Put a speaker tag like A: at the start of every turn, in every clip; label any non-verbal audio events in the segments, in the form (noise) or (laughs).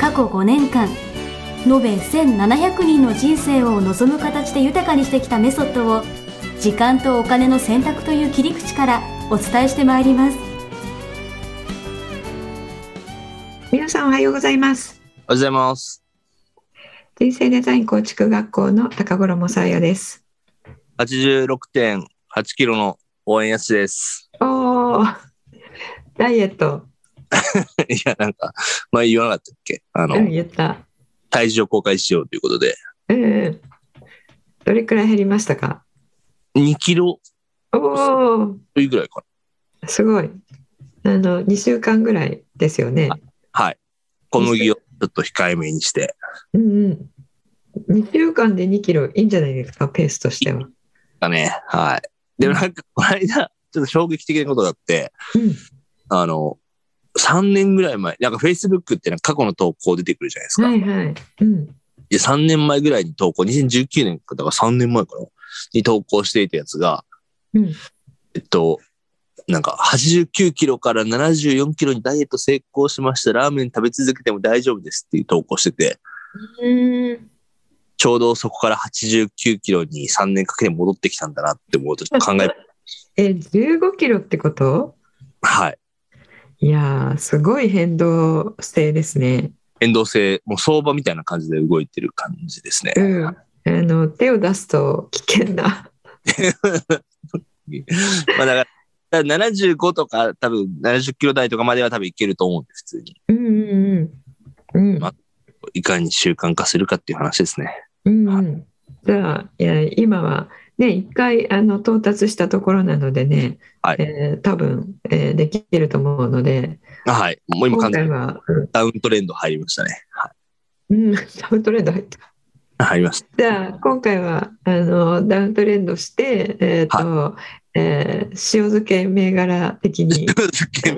A: 過去5年間延べ1700人の人生を望む形で豊かにしてきたメソッドを時間とお金の選択という切り口からお伝えしてまいります
B: 皆さんおはようございます
C: おはようございます。
B: 人生デザイン構築学校の高頃もさやです
C: 86.8キロの応援やつです。 (laughs)
B: おおダイエット
C: いや、なんか、前言わなかったっけあの、
B: うん言った
C: 体重を公開しようということで、
B: うんどれくらい減りましたか
C: 2キロ
B: おお
C: というぐらいか
B: すごいあの2週間ぐらいですよね
C: な。はい。小麦をちょっと控えめにして。
B: うんうん2週間で2キロいいんじゃないですかペースとしては
C: だね。はい。でもなんか、この間、ちょっと衝撃的なことがあって、
B: うん
C: あの、3年ぐらい前、なんか Facebook ってなんか過去の投稿出てくるじゃないですか。、
B: はいいはいうん
C: や、3年前ぐらいに投稿、2019年か、だから3年前かな、に投稿していたやつが、
B: うん
C: えっと、なんか89キロから74キロにダイエット成功しました。ラーメン食べ続けても大丈夫ですっていう投稿してて、
B: うん
C: ちょうどそこから89キロに3年かけて戻ってきたんだなって思うとちょ
B: (laughs)
C: っと考え、
B: え15キロってこと
C: はい。
B: いやーすごい変動性ですね
C: 変動性、もう相場みたいな感じで動いてる感じですね。
B: うん、あの手を出すと危険な。
C: まあだから、だから75とか多分70キロ台とかまでは多分いけると思うんで、普通に。
B: うんうんうん。うん
C: まいかに習慣化するかっていう話ですね。
B: うんうん、じゃあいや今はね一回あの到達したところなのでね、
C: はい
B: えー多分、えーできると思うので
C: あはい。もう今
B: 今
C: 完
B: 回
C: 全に
B: は、うん
C: ダウントレンド入りましたね。は
B: うん、ダウントレンド入った。
C: い。入りました。
B: じゃあ今回はあのダウントレンドして、えーとえー塩漬け銘柄的
C: (laughs)
B: に。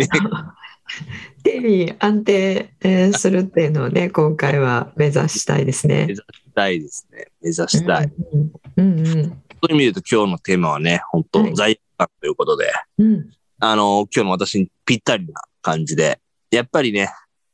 B: (laughs) 手に安定、えーするっていうのをね今回は目指したいですね
C: 目。指したいですね。目指したい。
B: うんうん
C: そういう意味で言うと今日のテーマはね、本当、
B: はい
C: 罪悪感ということで、
B: うん
C: あの、今日の私にぴったりな感じで、やっぱりね、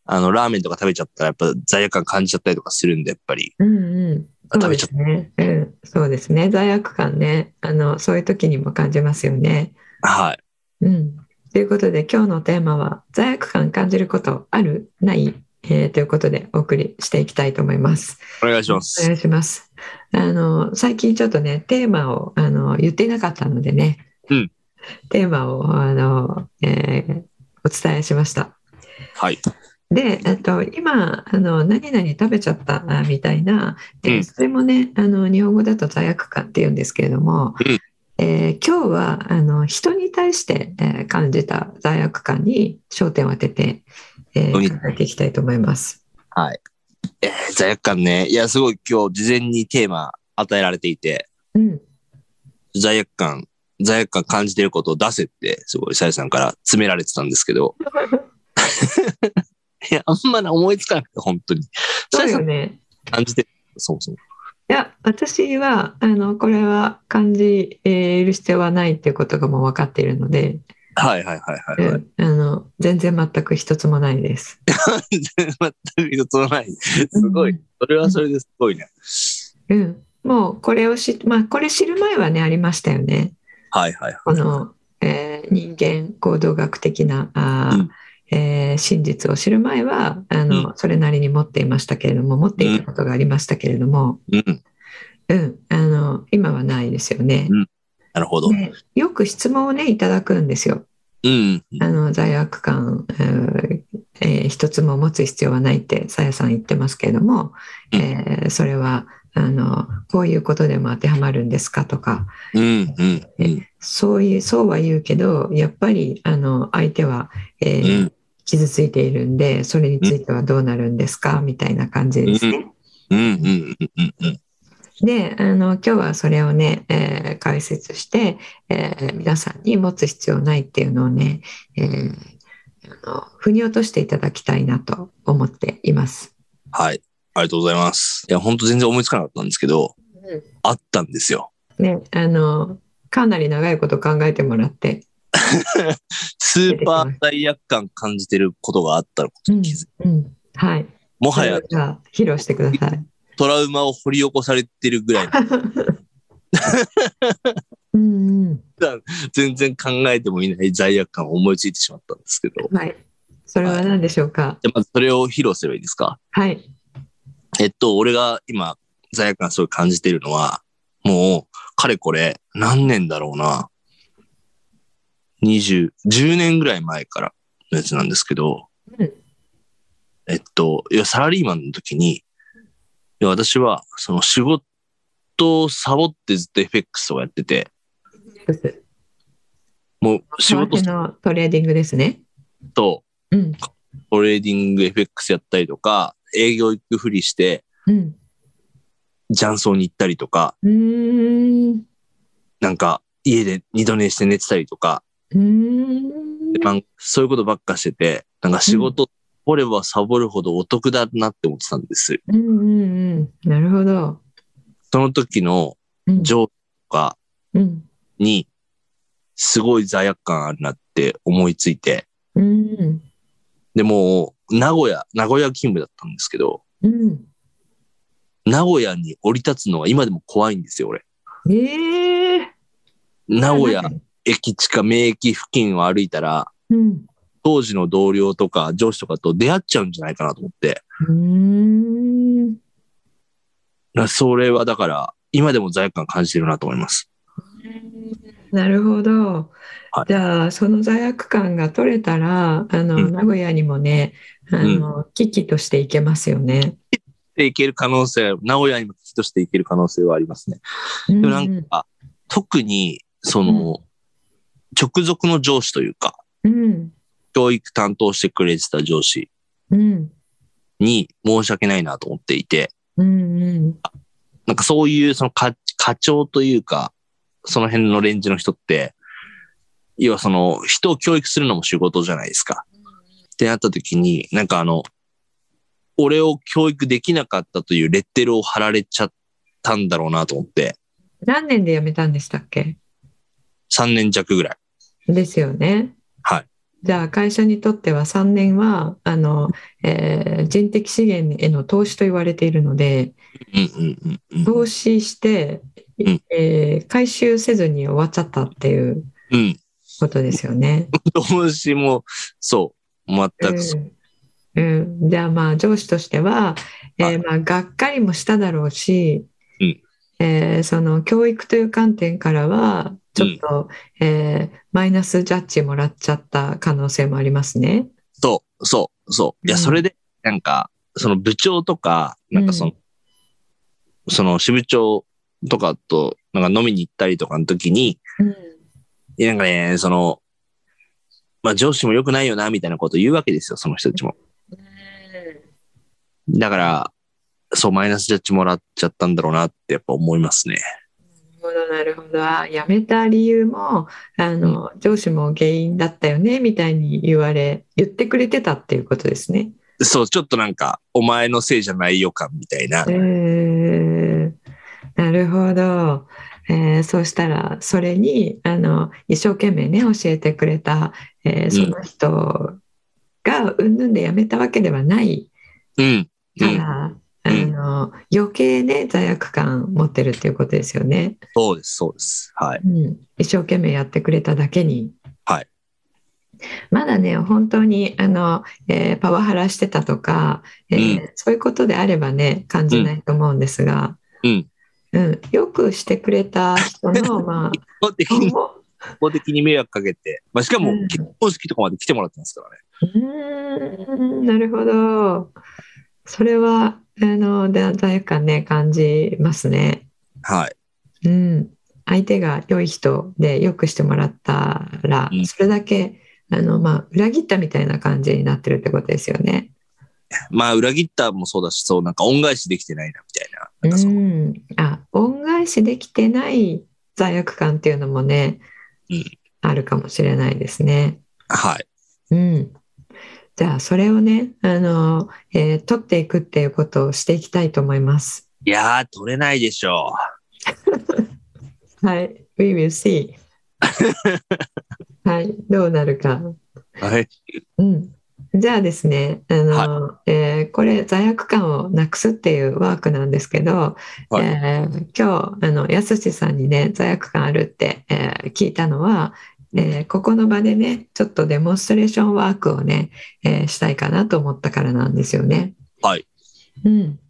C: あの、ラーメンとか食べちゃったら、やっぱ罪悪感感じちゃったりとかするんで、やっぱり、
B: うんうん
C: 食べちゃっ
B: そうですね、うん、そうですね罪悪感ねあのそういう時にも感じますよね。
C: た。はい。
B: うん、ということで今日のテーマは「罪悪感感じることあるない?」えーということでお送りしていきたいと思います。
C: お願いしま
B: お
C: す。
B: 願いします。あの最近ちょっとねテーマをあの言っていなかったのでね、
C: うん
B: テーマをあの、えーお伝えしました。
C: はい。
B: で、えっと、今あの何々食べちゃったあみたいな、えー
C: うん
B: それもねあの日本語だと罪悪感って言うんですけれども、
C: うん
B: えー今日はあの人に対して、えー感じた罪悪感に焦点を当てて、えー
C: はい
B: 考えていきたいと思います。
C: えー罪悪感ね。いや、すごい今日、事前にテーマ与えられていて、
B: うん、
C: 罪悪感、罪悪感感じてることを出せって、すごい、さやさんから詰められてたんですけ
B: (laughs)
C: ど、いや、あんまり思いつかなくて、本当に。さ
B: そう
C: やさ
B: よ
C: ん
B: ね。
C: 感じてる、そもそも。
B: いや私はあのこれは感じえーる必要はないっていうことがもう分かっているので、
C: はいはいはいはい、は
B: う
C: い。
B: んあの全然全く一つもないです。
C: 全く一つもない。すごい。それはそれですごいね。
B: うん、うんもうこれをし、まあ、これ知る前はねありましたよね。
C: はいはい
B: こ
C: はい。
B: の、えー人間行動学的なあー、
C: うん
B: えー真実を知る前はあの、それなりに持っていましたけれども持っていたことがありましたけれども、
C: うん。
B: うん、あの今はないですよね。
C: なるほど。
B: でよく質問をねいただくんですよ。
C: うん。
B: あの罪悪感、えーえー一つも持つ必要はないってさやさん言ってますけれども、
C: うん
B: えーそれはあのこういうことでも当てはまるんですかとか
C: うん。うん。うん。
B: そういうそうは言うけどやっぱりあの相手は、えー
C: うん。
B: 傷ついているんで、それについてはどうなるんですかみたいな感じですね。
C: うんうんうんうんうん。
B: で、あの、今日はそれをね、えー解説して、えー皆さんに持つ必要ないっていうのをね、えーあの腑に落としていただきたいなと思っています。
C: はい。ありがとうございます。いや、本当全然思いつかなかったんですけど、あったんですよ。
B: ね、あの、かなり長いこと考えてもらって、
C: スーパー罪悪感感じてることがあったことに気づい
B: うん、はい。
C: もはや
B: じゃあ、披露してください。
C: トラウマを掘り起こされてるぐらいの、
B: うんうん。
C: 全然考えてもいない罪悪感を思いついてしまったんですけど。じ
B: はい。それは何でしょうか。
C: ゃあまずそれを披露すればいいですか
B: はい。
C: えっと、俺が今、罪悪感すごい感じてるのは、もう、かれこれ、何年だろうな。20、10年ぐらい前からのやつなんですけど、
B: うん
C: えっと、いや、サラリーマンの時に、いや私は、その仕事をサボってずっと FX をやってて、もう仕
B: 仕
C: 事
B: 事のトレーディングですね。
C: と
B: うん。
C: トレーディング FX やったりとか、営業行くふりして、
B: うん。
C: 雀荘に行ったりとか、
B: うーん。
C: なんか家で二度寝して寝てたりとか、
B: うーん。
C: なんかそういうことばっかしてて、なんか仕事、サボればサボるほどお得だなって思ってたんです。
B: うんうんうん。なるほど。
C: その時の
B: うん。
C: 上司とか
B: うん。
C: に、すごい罪悪感あるなって思いついて、
B: うん。
C: でもう、名古屋、名古屋勤務だったんですけど、
B: うん。
C: 名古屋に降り立つのは今でも怖いんですよ、俺。
B: ええ
C: 名古屋駅地下名駅付近を歩いたら、
B: うん。
C: 当時の同僚とか上司とかと出会っちゃうんじゃないかなと思って、
B: うーん。
C: だからそれはだから、今でも罪悪感感じてるなと思います。
B: なるほど
C: はい。
B: じゃあその罪悪感が取れたらあの、
C: うん
B: 名古屋にもねあの、危機としていけますよね。
C: っていける可能性、名古屋にも危機としていける可能性はありますね。でもな
B: うん
C: んか、特に、その、直属の上司というか、
B: うん
C: 教育担当してくれてた上司
B: うん
C: に申し訳ないなと思っていて、
B: うんうん
C: なんかそういう、その課課長というか、その辺のレンジの人って、要はその、人を教育するのも仕事じゃないですか。ってなった時に、なんかあの、俺を教育できなかったというレッテルを貼られちゃったんだろうなと思って、
B: 何年で辞めたんでしたっけ
C: 3年弱ぐらい。
B: ですよね。
C: はい
B: じゃあ会社にとっては3年はあの、えー人的資源への投資と言われているので
C: うんうんうんうん。
B: 投資して、
C: うん
B: えー回収せずに終わっちゃったっていう
C: うん。
B: ことですよね。
C: 投資も、そう、全くそう。
B: うんうん、じゃあまあ上司としては、えー
C: はい
B: まあがっかりもしただろうし、
C: うん
B: えーその教育という観点からはちょっと、えーマイナスジャッジもらっちゃった可能性もありますね。
C: そう、そう、そう。いや、
B: うん
C: それで、なんか、その部長とか、なんかその、その支部長とかと、なんか飲みに行ったりとかの時に、いやなんかね、その、まあ上司も良くないよな、みたいなこと言うわけですよ、その人たちも。だから、そう、マイナスジャッジもらっちゃったんだろうなってやっぱ思いますね。
B: なるほどなるほどあ辞めた理由もあの上司も原因だったよねみたいに言われ言ってくれてたっていうことですね。
C: そう、ちょっとなんか、お前のせいじゃない予感みたいな。
B: えーなるほど、えーそうしたらそれにあの一生懸命ね教えてくれた、えー
C: ん
B: その人がうんぬんでやめたわけではない
C: うん。う
B: か
C: ん。
B: ら、
C: うん
B: あの余計ね罪悪感持ってるっていうことですよね、
C: そうです、そうです。はい。
B: うん、一生懸命やってくれただけに。
C: はい
B: まだね本当にあの、えーパワハラしてたとか、えーそういうことであればね感じないと思うんですが、
C: うん。
B: うん、よくしてくれた人
C: (laughs)
B: の、まあ、
C: 一方的
B: 今
C: に、
B: 後
C: 一方的に迷惑かけて、まあ、しかも
B: うん
C: 結婚式とかまで来てもらってますからね。
B: うーん、なるほど。それは、あの、だ罪悪感ね、感じますね。
C: は
B: う
C: い。
B: ん。相手が良い人でよくしてもらったら
C: う、ん
B: それだけ、あの、まあ、裏切ったみたいな感じになってるってことですよね。
C: まあ、裏切ったもそうだし、そう、なんか恩返しできてないな、みたいな。なんかそうの
B: ん。あ、恩返しできてない罪悪感っていうのもね、
C: うん
B: あるかもしれないですね。
C: はい。
B: うん。じゃあ、それをね、あの、えー取っていくっていうことをしていきたいと思います。
C: いやー、取れないでしょ
B: はい。We will
C: (laughs)
B: see. はい。どうなるか。
C: う。はい。
B: うん。じゃあですね、あの、えーこれ、罪悪感をなくすっていうワークなんですけど、
C: はい
B: えー今日、あの、やすしさんにね、罪悪感あるって、えー聞いたのは、えーここの場でね、ちょっとデモンストレーションワークをね、えーしたいかなと思ったからなんですよね。
C: はい。
B: うん。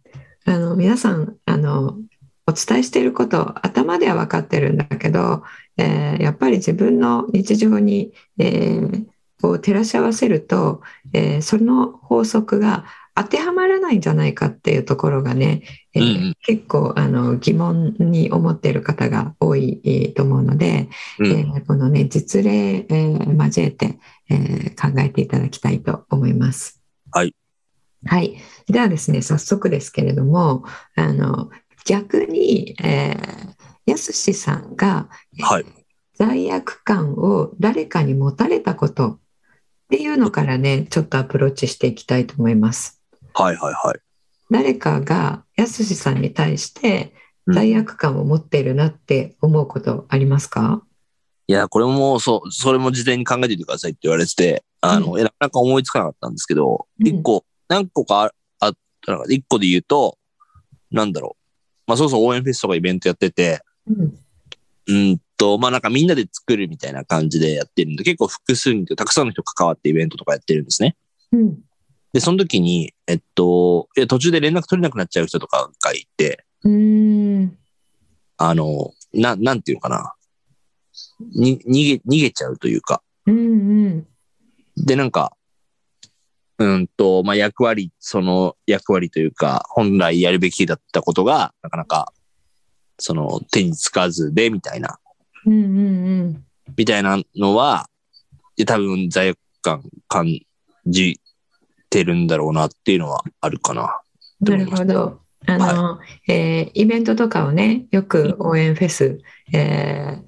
B: あの、皆さん、あの、お伝えしていること、頭では分かってるんだけど、えーやっぱり自分の日常に、えーこう照らし合わせると、えーその法則が当てはまらないんじゃないかっていうところがね、えー
C: うんうん
B: 結構あの疑問に思っている方が多いえーと思うので、
C: う
B: え
C: ん。
B: ーこのね実例、えー交えて、えー考えていただきたいと思います。
C: はい、
B: はい、ではですね早速ですけれどもあの逆に、えーやすしさんが、えー
C: はい
B: 罪悪感を誰かに持たれたことっていうのからねちょっとアプローチしていきたいと思います。
C: はいはいはい。
B: 誰かがやすしさんに対して
C: うん
B: 罪悪感を持っているなって思うことありますか、
C: いや、これも、そう、それも事前に考えておいてくださいって言われてて、あの、えなかなか思いつかなかったんですけど、
B: うん
C: 一個、何個かああった中で、一個で言うと、なんだろう。まあ、そうそう応援フェスとかイベントやってて、
B: うん
C: うんと、まあ、なんかみんなで作るみたいな感じでやってるんで、結構複数人とたくさんの人関わってイベントとかやってるんですね。
B: うん
C: で、その時に、えっと、いや途中で連絡取れなくなっちゃう人とかがいて、
B: うーん
C: あの、な、なんていうのかな。に、逃げ、逃げちゃうというか、
B: うんうん
C: で、なんか、うんと、まあ、役割、その役割というか、本来やるべきだったことが、なかなか、その手につかずで、みたいな、
B: うんうん
C: みたいなのは、で多分罪悪感感じてるんだろうなっていうのはあるかな。
B: うんなるほど。あの、えーイベントとかをねよく応援フェス、え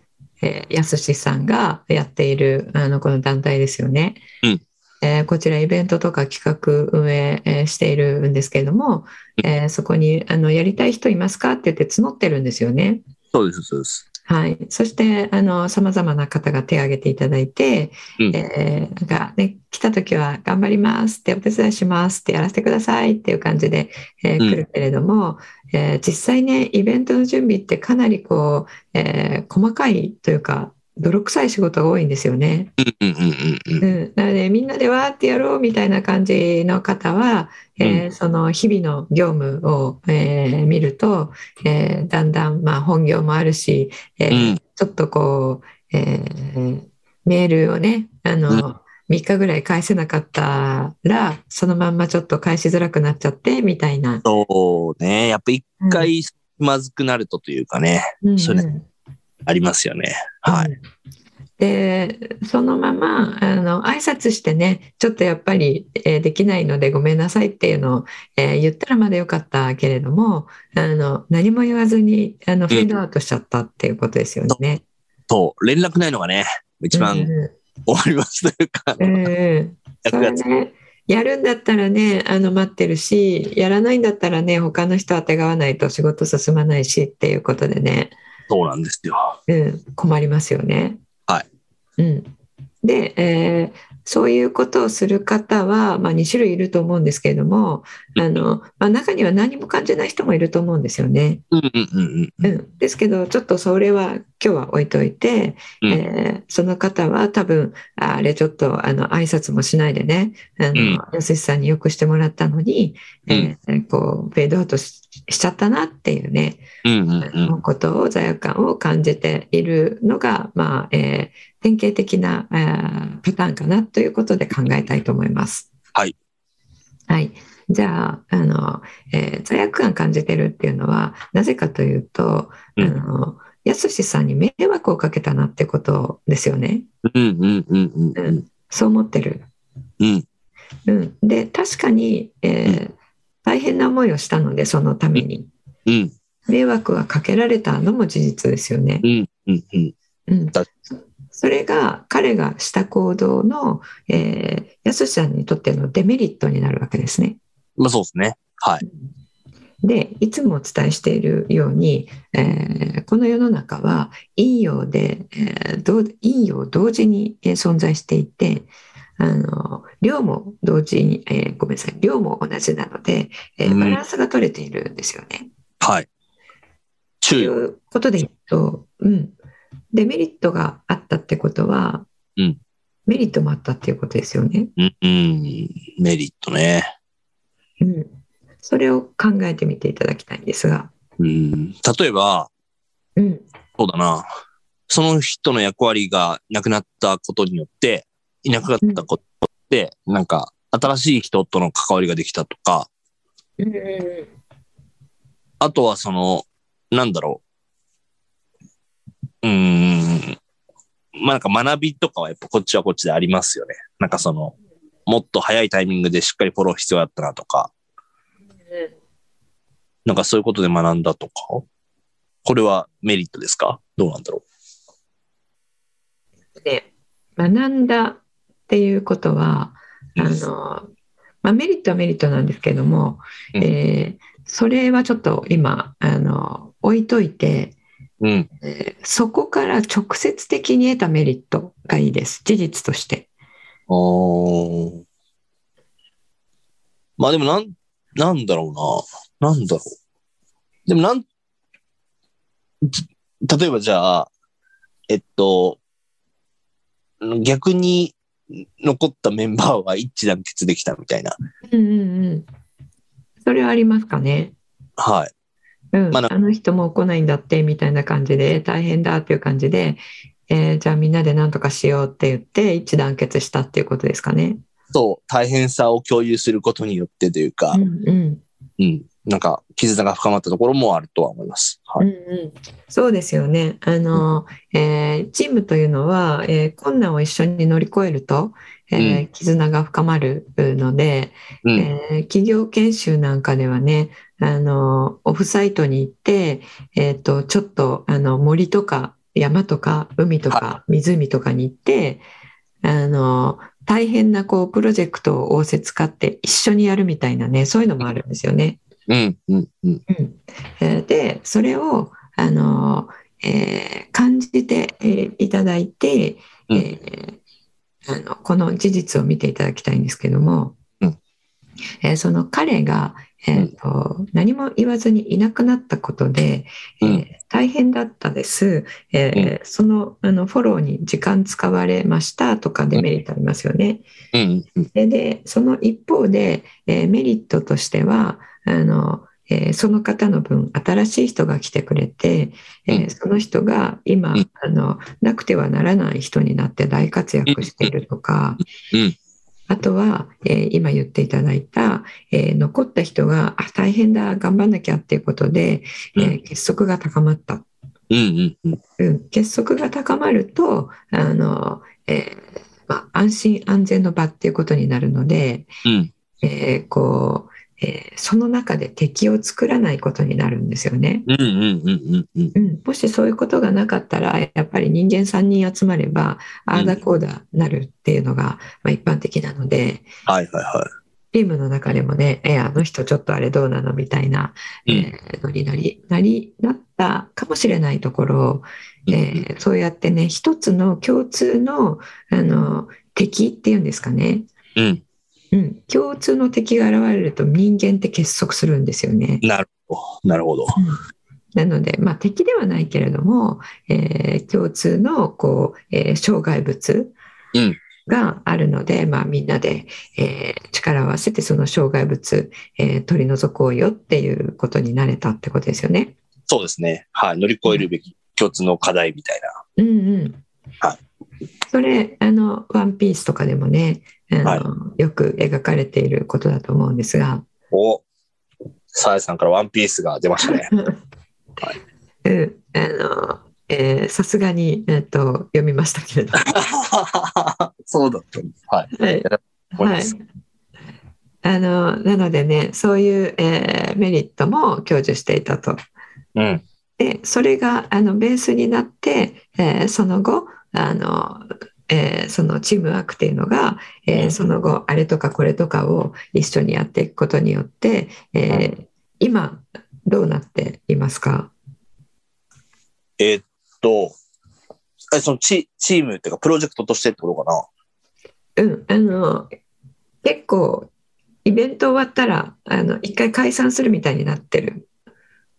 B: ーえーやすしさんがやっているあのこの団体ですよね。
C: うん
B: えーこちらイベントとか企画運営、えーしているんですけれども、えーそこにあのやりたい人いますかって言って募ってるんですよね。
C: そうです、そうです。
B: はい、そしてあのさまざまな方が手を挙げていただいて、
C: うん
B: えーなんかね、来た時は頑張りますってお手伝いしますってやらせてくださいっていう感じで、えー
C: うん
B: 来るけれども、えー実際ねイベントの準備ってかなりこう、えー細かいというか泥臭い仕事が多いんですよね。
C: うんうんうんうん。
B: うん、なのでみんなでわーってやろうみたいな感じの方は、えーその日々の業務を、えー見ると、えーだんだん、まあ、本業もあるし、えー
C: うん
B: ちょっとこう、えーメールをねあの、
C: う
B: 3日ぐらい返せなかったらそのまんまちょっと返しづらくなっちゃってみたいな。
C: そうね。やっぱ一回まずくなるとというかね、
B: うん
C: それ
B: うん
C: ありますよね。はい。
B: うん。でそのままあの挨拶してねちょっとやっぱり、えーできないのでごめんなさいっていうのを、えー言ったらまだよかったけれどもあの何も言わずにあのフェードアウトしちゃったっていうことですよね。
C: そう、連絡ないのがね、一番
B: うん
C: 終わりますというか、
B: うんうんそ
C: 役
B: れ
C: 立つ。
B: ねやるんだったらねあの待ってるしやらないんだったらね他の人あてがわないと仕事進まないしっていうことでね
C: そうなんですよ。
B: うん、困りますよね。
C: はい
B: うん、で、えーそういうことをする方は、まあ、2種類いると思うんですけれどもあの、まあ、中には何も感じない人もいると思うんですよね。
C: うんうんうんう。
B: うんん、ですけどちょっとそれは今日は置いといて、
C: うん
B: えーその方は多分ああれちょっとあの挨拶もしないでねあ
C: うん
B: の、安井さんによくしてもらったのに、えーこうフェードアウトししちゃったなっていうね、
C: うんうんうん。
B: のことを罪悪感を感じているのが、まあえー典型的な、えーパターンかなということで考えたいと思います。
C: はい、
B: はい、じゃああの、えー罪悪感感じてるっていうのはなぜかというと、
C: うん
B: あのやすしさんに迷惑をかけたなってことですよね。
C: うんうんうんうんうん。
B: そう思ってる。
C: うん。
B: うん、で確かに、えー大変な思いをしたのでそのために
C: うん。
B: 迷惑はかけられたのも事実ですよね。
C: うん。うん。うん。
B: うん
C: だ、
B: それが彼がした行動の、えー、やすしさんにとってのデメリットになるわけですね。
C: まあそうですね。はい。
B: でいつもお伝えしているように、えーこの世の中は陰陽で、えーどう陰陽同時にえー存在していてあの量も同時に、えーごめんなさい量も同じなので、えー
C: うん
B: バランスが取れているんですよね。
C: はい。
B: と
C: 注
B: い
C: 意を。
B: うことで言うと、うん、デメリットがあったってことは、
C: うん
B: メリットもあったっていうことですよね。
C: うん。うん。メリットね。
B: うん、それを考えてみていただきたいんですが。
C: うん。例えば、
B: うん
C: そうだな。その人の役割がなくなったことによって、いなくなったことで、なんか、新しい人との関わりができたとか、あとはその、なんだろう。うーん。まあなんか学びとかはやっぱこっちはこっちでありますよね。なんかその、もっと早いタイミングでしっかりフォロー必要だったなとか、なんかそういうことで学んだとか、これはメリットですかどうなんだろ
B: で学んだっていうことは
C: う。
B: あの、まあ、メリットはメリットなんですけども、
C: うん
B: えーそれはちょっと今あの置いといて、
C: うん。
B: えーそこから直接的に得たメリットがいいです事実として。
C: おーまあでもなん、なんだろうな。なんだろう。でもなん、じ例えばじゃあ、えっと、逆に残ったメンバーは一致団結できたみたいな。
B: うんうんうん、それはありますかね。
C: はい。
B: うん
C: まあ
B: あ、の人も来ないんだってみたいな感じで大変だっていう感じで、えーじゃあみんなで何とかしようって言って一致団結したっていうことですかね。
C: そう、大変さを共有することによってというか
B: う、んうん
C: うん。なんか、絆が深まったところもあるとは思います。は
B: うん
C: い。
B: うん、そうですよねあの、えーチームというのは、えー困難を一緒に乗り越えると、えー
C: うん
B: 絆が深まるので、
C: うん。
B: えー企業研修なんかではねあのオフサイトに行って、えー、とちょっとあの森とか山とか海とか湖とかに行ってあの大変なこうプロジェクトを仰せ使って一緒にやるみたいなねそういうのもあるんですよね。
C: うん。うん。うん。
B: うんえーでそれをあの、えー感じてえーいただいて、
C: うん
B: えーあのこの事実を見ていただきたいんですけども、
C: うん
B: えーその彼が、えーと何も言わずにいなくなったことで、えー
C: うん
B: 大変だったです、えーそのあのフォローに時間使われましたとかデメリットありますよね。
C: うん。うん。
B: ででその一方で、えーメリットとしてはあの、えーその方の分新しい人が来てくれて、えー
C: うん
B: その人が今、
C: うん
B: あのなくてはならない人になって大活躍しているとか、
C: うん
B: あとは、えー今言っていただいた、えー残った人があ大変だ頑張んなきゃっていうことで、えー
C: うん
B: 結束が高まった
C: うん。うん。うん。
B: うん、結束が高まるとあの、えーまあ、安心安全の場っていうことになるので、
C: うん
B: えーこうえーその中で敵を作らないことになるんですよね。
C: うんうんうんうんうん。
B: うん、もしそういうことがなかったらやっぱり人間3人集まれば
C: うん
B: ああだこうだなるっていうのが、まあ、一般的なので
C: はいはいは。
B: チームの中でもね「えあの人ちょっとあれどうなの?」みたいない
C: うん
B: えーのになりなりなったかもしれないところを、えーそうやってね一つの共通のあの敵っていうんですかね、
C: うん。
B: うん、共通の敵が現れると人間って結束するんですよね。
C: なるほど。なるほど。
B: なので、まあ、敵ではないけれども、えー共通のこう、えー障害物
C: うん
B: があるので、まあ、みんなで、えー力を合わせてその障害物、えー取り除こうよっていうことになれたってことですよね。
C: そうですね。はい。乗り越えるべき共通の課題みたい
B: う
C: な。
B: んうん
C: は
B: それあの「ワンピースとかでもねあの、
C: は
B: よく描かれていることだと思うんですが、
C: おさやさんからワンピースが出ましたね。
B: うん、あのえーさすがに、えっと読みましたけれど。
C: そうだったんです。はい。
B: はい
C: 思います
B: はいあのなのでねそういう、えーメリットも享受していたと。
C: うん。
B: でそれがあのベースになって、えーその後あの、えーそのチームワークっていうのが、えー
C: うん
B: その後あれとかこれとかを一緒にやっていくことによって、えー今どうなっていますか
C: えーっと、えそのチチームっていうか、プロジェクトとしてってことかな。
B: うん、あの結構イベント終わったらあの一回解散するみたいになってる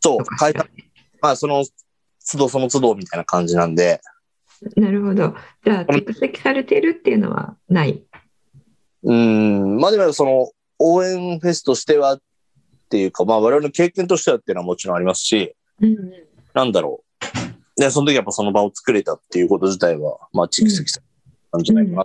C: そう
B: の、か
C: 変え
B: したら。
C: まあ、その都度その都度みたいな感じなんで、
B: なるほど。じゃあ
C: うん
B: 蓄積されているっていうのはない。
C: うん、まあでもその応援フェスとしてはっていうか、まあ我々の経験としてはっていうのはもちろんありますし、
B: うん
C: なんだろう。で、その時やっぱその場を作れたっていうこと自体は、まあ蓄積されたんじゃないかな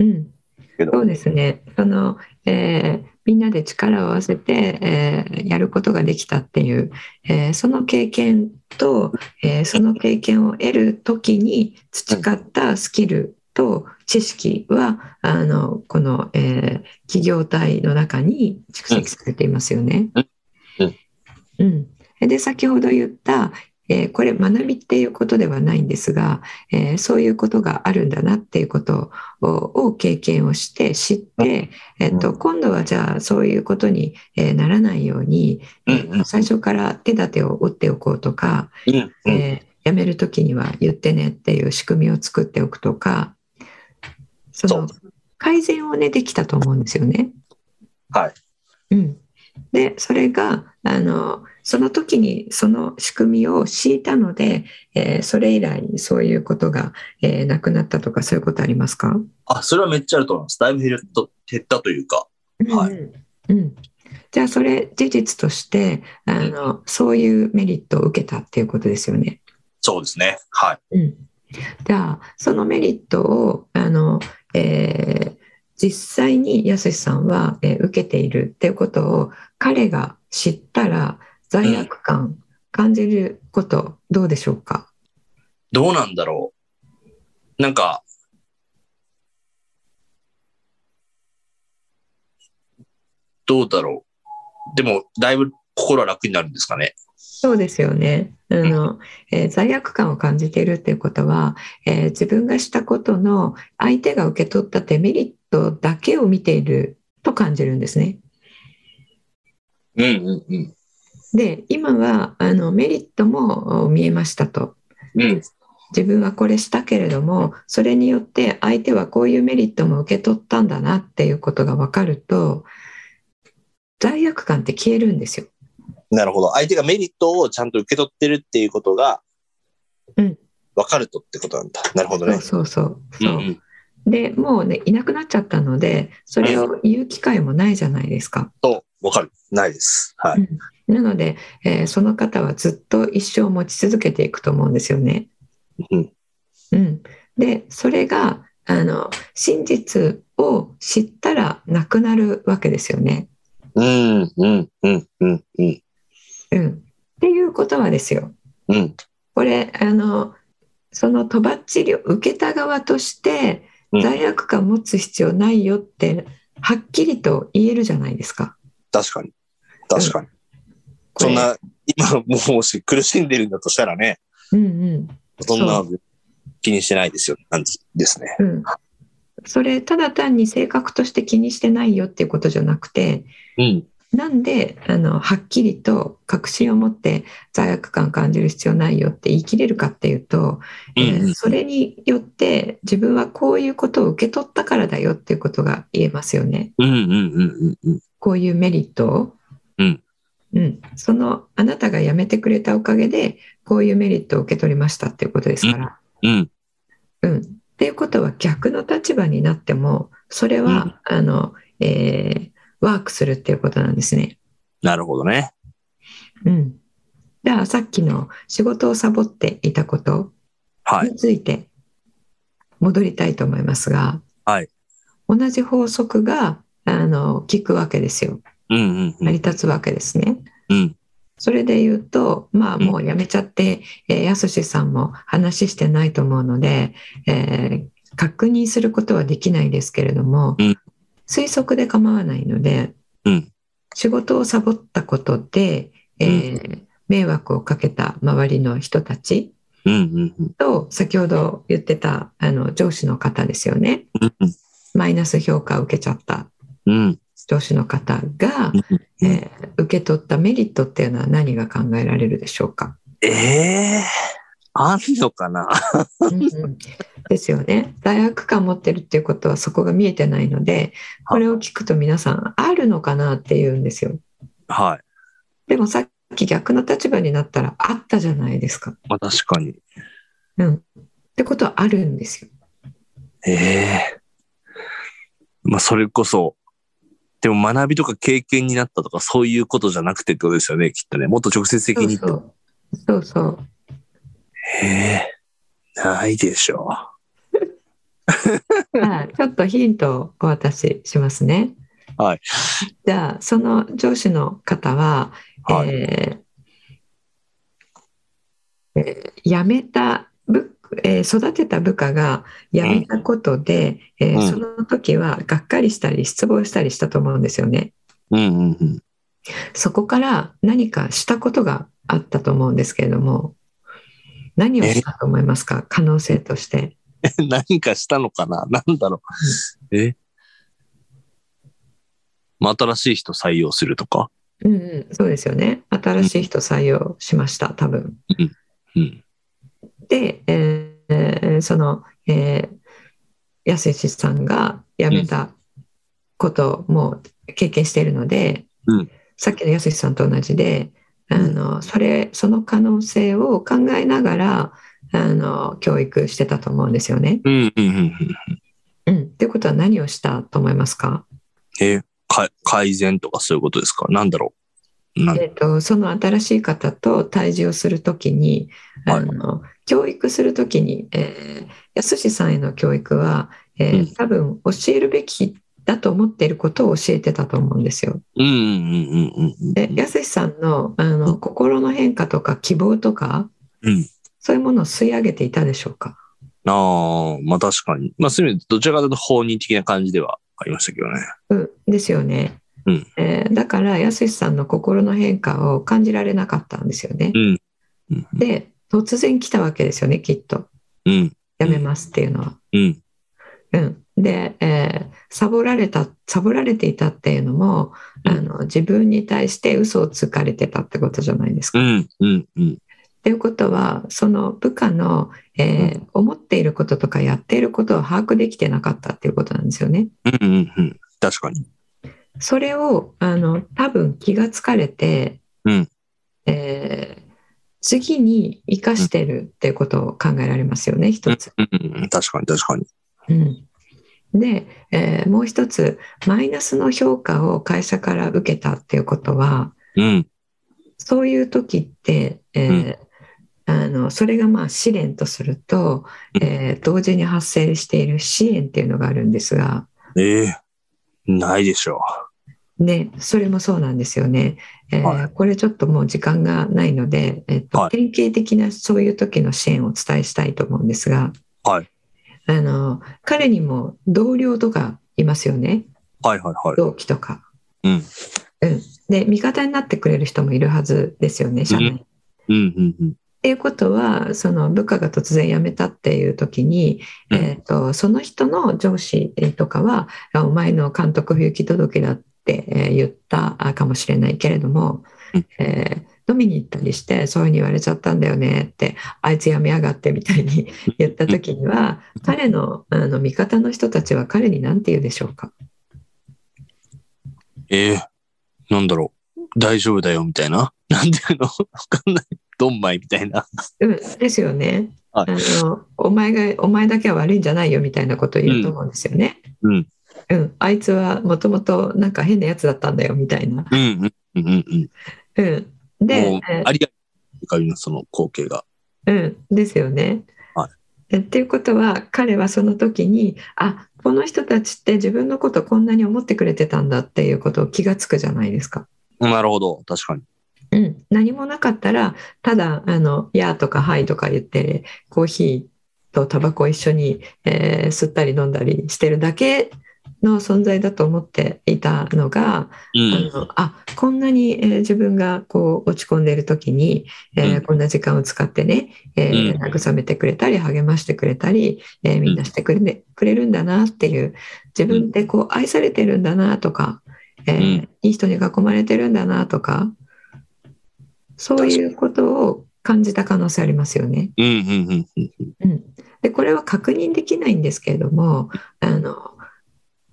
B: うん、
C: けど、
B: そうですね。その、えーみんなで力を合わせて、えーやることができたっていう、えーその経験と、えーその経験を得るときに培ったスキルと知識は、あのこの、えー企業体の中に蓄積されていますよね
C: うんうん。
B: うん、で先ほど言った、えーこれ学びっていうことではないんですが、えーそういうことがあるんだなっていうことををを経験をして知って、えっと、今度はじゃあそういうことに、えーならないように、えー
C: うんうん
B: 最初から手立てを打っておこうとか、
C: うん、
B: え
C: うん、
B: ーやめる時には言ってねっていう仕組みを作っておくとかその改善をねできたと思うんですよね。
C: はい。
B: うん、でそれがあのその時にその仕組みを敷いたので、えーそれ以来にそういうことが、えーなくなったとかそういうことありますか、
C: あ、それはめっちゃあると思います。だいぶ減った減ったというか。はい
B: うんうん、じゃあそれ事実としてあのそういうメリットを受けたっていうことですよね。
C: そうですね。はい。
B: うん、じゃあそのメリットをあの、えー実際にやすしさんは、えー受けているっていうことを彼が知ったら罪悪感感じることどうでしょうか、
C: どうなんだろう。なんか、どうだろう。でも、だいぶ心は楽になるんですかね。
B: そうですよね。あの、えー罪悪感を感じているっていうことは、えー自分がしたことの相手が受け取ったデメリットだけを見ていると感じるんですね。
C: うんうんうん。
B: で、今はあのメリットもお見えましたと。
C: うん。
B: 自分はこれしたけれども、それによって相手はこういうメリットも受け取ったんだなっていうことが分かると、罪悪感って消えるんですよ。
C: なるほど。相手がメリットをちゃんと受け取ってるっていうことが、
B: うん。
C: わかるとってことなんだ。なるほど
B: そ
C: ね
B: う。そうそう。そう
C: うんうん
B: でもうねいなくなっちゃったのでそれを言う機会もないじゃないですか。
C: そう、わかる。ないです。はい。
B: なので、えーその方はずっと一生持ち続けていくと思うんですよね。
C: うん。
B: うん、でそれがあの真実を知ったらなくなるわけですよね。
C: うんうんうんうんうん
B: うん、っていうことはですよ
C: うん
B: これあのそのとばっちりを受けた側として
C: うん
B: 罪悪感持つ必要ないよってはっきりと言えるじゃないですか。
C: 確かに。確かに。
B: こ
C: そ
B: れ
C: んな、今、もし苦しんでるんだとしたらね、
B: うんうん、
C: そんな気にしてないですよ、感じですね。
B: うん、それただ単に性格として気にしてないよっていうことじゃなくて
C: うん。
B: なんであのはっきりと確信を持って罪悪感感じる必要ないよって言い切れるかっていうと、
C: う
B: えー
C: ん。
B: それによって自分はこういうことを受け取ったからだよっていうことが言えますよね。
C: うんうんうんうんうん。
B: こういうメリットを、
C: うん
B: うん、そのあなたが辞めてくれたおかげでこういうメリットを受け取りましたっていうことですから。
C: うん。
B: うん、っていうことは逆の立場になってもそれは、あのえーワークするっていうことなんですね。
C: なるほどね。
B: うん、だからさっきの仕事をサボっていたこと
C: はい。
B: について戻りたいと思いますが、
C: はい
B: 同じ法則があの効くわけですよ
C: うんうんう
B: 成り
C: ん。
B: 立つわけですね。
C: うん。
B: それで言うと、まあもうやめちゃって、えーやすしさんも話してないと思うので、えー確認することはできないですけれども、
C: うん
B: 推測で構わないので、
C: うん
B: 仕事をサボったことで、えー迷惑をかけた周りの人たち
C: うんうんうん
B: と、先ほど言ってたあの上司の方ですよね。
C: うんうん
B: マイナス評価を受けちゃった
C: うん
B: 上司の方が、
C: う
B: え
C: ん
B: ー受け取ったメリットっていうのは何が考えられるでしょうか
C: ええあんのかな (laughs)
B: うんうんですよね。大学感持ってるっていうことはそこが見えてないので、これを聞くと皆さんあるのかなって言うんですよ。
C: は
B: でもさっき逆の立場になったらあったじゃないですか。
C: い。まあ確かに。
B: うん。ってことはあるんですよ。
C: ええまあそれこそ、でも学びとか経験になったとかそういうことじゃなくてってことですよね、きっとね。もっと直接的
B: そう
C: にって。
B: そう。そうそう。
C: ええないでしょ
B: まあちょっとヒントをお渡ししますね。
C: はい。
B: じゃあ、その上司の方は、
C: う。はい。
B: えーえー辞めた部、えー育てた部下が辞めたことで、えー
C: うん
B: その時はがっかりしたり失望したりしたと思うんですよね。
C: うんうんうん。 (laughs)
B: そこから何かしたことがあったと思うんですけれども、何をしたと思いますか、可能性として。
C: 何かしたのかななんだろう。えまあ、新しい人採用するとか
B: うんうん、そうですよね。新しい人採用しました、多分。
C: うん。
B: で、えーその、えー、安石さんが辞めたことも経験しているので、
C: うん
B: さっきの安石さんと同じであのそれその可能性を考えながらあの教育してたと思うんですよね。
C: うんうんうんうん。
B: うん、ということは何をしたと思いますか、
C: えか改善とかそういうことですかなんだろうなん
B: えー、とその新しい方と対峙をするときにあの教育するときに、えー、安志さんへの教育は、えー
C: うん
B: 多分教えるべきだと思っていることを教えてたと思うんですよ。
C: うんうんうんうんうん。
B: で安志さんのあの心の変化とか希望とか
C: うん。
B: そういうものを吸い上げていたでしょうか。
C: ああ、まあ確かに。まあそういう意味でどちらかというと法人的な感じではありましたけどね。
B: うん、ですよね。
C: うん
B: えーだから安志さんの心の変化を感じられなかったんですよね
C: う。ん。うん
B: で突然来たわけですよねきっと
C: うん。
B: やめますっていうのは。
C: うん。
B: うん、で、えーサボられたサボられていたっていうのも、
C: うん
B: あの自分に対して嘘をつかれてたってことじゃないです
C: う
B: か。
C: ん。うん。うん。
B: っていうことはその部下の、えー思っていることとかやっていることを把握できてなかったっていうことなんですよね。
C: うん。うん。うん。確かに。
B: それをあの多分気がつかれて、
C: うん
B: えー次に生かしてるっていうことを考えられますよね一つ。
C: うんうんうん。確かに確かに。
B: うん、で、えーもう一つマイナスの評価を会社から受けたっていうことは
C: うん。
B: そういう時って、えーあのそれがまあ試練とすると、えー同時に発生している支援っていうのがあるんですが、
C: ええないでしょ
B: ね、それもそうなんですよね、えー
C: は
B: これちょっともう時間がないので、えっと
C: はい
B: 典型的なそういう時の支援をお伝えしたいと思うんですが、
C: はい
B: あの彼にも同僚とかいますよね。
C: う。はいはいはい。
B: 同期とか。
C: うん
B: うんで味方になってくれる人もいるはずですよね社内。
C: うん
B: っ
C: うんうんうん。
B: ていうことはその部下が突然辞めたっていう時に、
C: うん
B: えー、とその人の上司とかは「あお前の監督不行き届だ」ってえー言ったあかもしれないけれども、
C: うん
B: えー飲みに行ったりしてそういうふうに言われちゃったんだよねってあいつ辞めやがってみたいに言った時には彼のあの味方の人たちは彼に何て言うでしょうか
C: ええなんだろう。大丈夫だよ、みたいな。 (laughs) なんていうのわかんない。ドンマイみたいな。
B: うん、ですよね。
C: は
B: あ
C: い
B: のお前がお前だけは悪いんじゃないよみたいなことを言うと思うんですよね。
C: うん。
B: うん、あいつはもともとなんか変なやつだったんだよみたいな。
C: うんうんうんうんう
B: う
C: ん。
B: ん、
C: も
B: で
C: う、、ありがとう。浮かびます、その光景が。
B: えーうん、ですよね。
C: は
B: えっていうことは彼はその時にあこの人たちって自分のことこんなに思ってくれてたんだっていうことを気がつくじゃないですか。
C: なるほど。確かに。
B: うん、何もなかったらただあの「や」とか「はい」とか言ってコーヒーとタバコを一緒に、えー吸ったり飲んだりしてるだけの存在だと思っていたのが、
C: うん。
B: あのあこんなに、えー自分がこう落ち込んでいる時に、えー
C: うん
B: こんな時間を使ってね、えー
C: うん
B: 慰めてくれたり励ましてくれたり、えーみんなしてくれ,、くれるんだなっていう自分ってこう愛されてるんだなとか、えー
C: うん
B: いい人に囲まれてるんだなとかそういうことを感じた可能性ありますよね。
C: うん、うん、うんうん。
B: うん、でこれは確認できないんですけれどもあの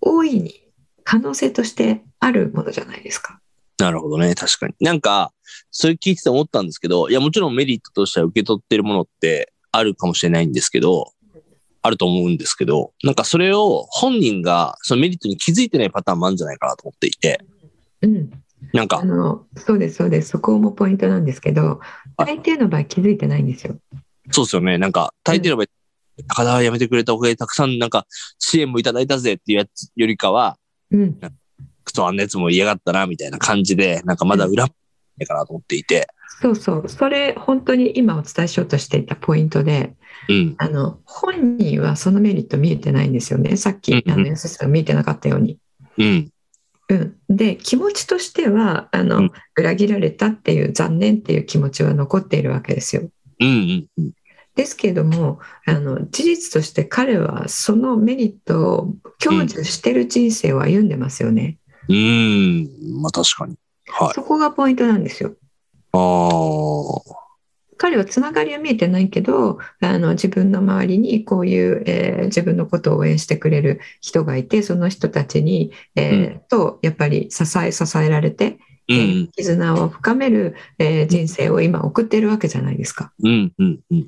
B: 大いに可能性としてあるものじゃないですか。
C: なるほどね。確かに。なんか、それ聞いてて思ったんですけど、いや、もちろんメリットとしては受け取ってるものってあるかもしれないんですけど、あると思うんですけど、なんかそれを本人がそのメリットに気づいてないパターンもあるんじゃないかなと思っていて、
B: うん、
C: なんか
B: あ、のそうですそうですそこもポイントなんですけど
C: はい
B: 大抵の場合気づいてないんですよ。
C: そうですよね。なんか、大抵の場合、高田は辞めてくれたおかげでたくさんなんか支援もいただいたぜっていうやつよりかは、
B: うん
C: くそあんなやつも嫌がったなみたいな感じで、なんかまだ裏っぽいかなと思っていて、
B: そうそうそれ本当に今お伝えしようとしていたポイントで
C: うん、
B: あの本人はそのメリット見えてないんですよねさっき
C: うんうん
B: あの安さんが見えてなかったように。
C: うん、
B: うん、で気持ちとしてはあの、
C: うん
B: 裏切られたっていう残念っていう気持ちは残っているわけですよ。
C: うん、うん、うん、
B: ですけれどもあの事実として彼はそのメリットを享受してる人生を歩んでますよね、
C: うん、まあ確かに。はい。
B: そこがポイントなんですよ
C: ああ、
B: 彼はつながりは見えてないけどあの自分の周りにこういう、えー自分のことを応援してくれる人がいてその人たちに、えーとやっぱり支え支えられて、
C: う
B: え
C: ん
B: ー、絆を深める、えー人生を今送っているわけじゃないですか。
C: うん、うん、うん。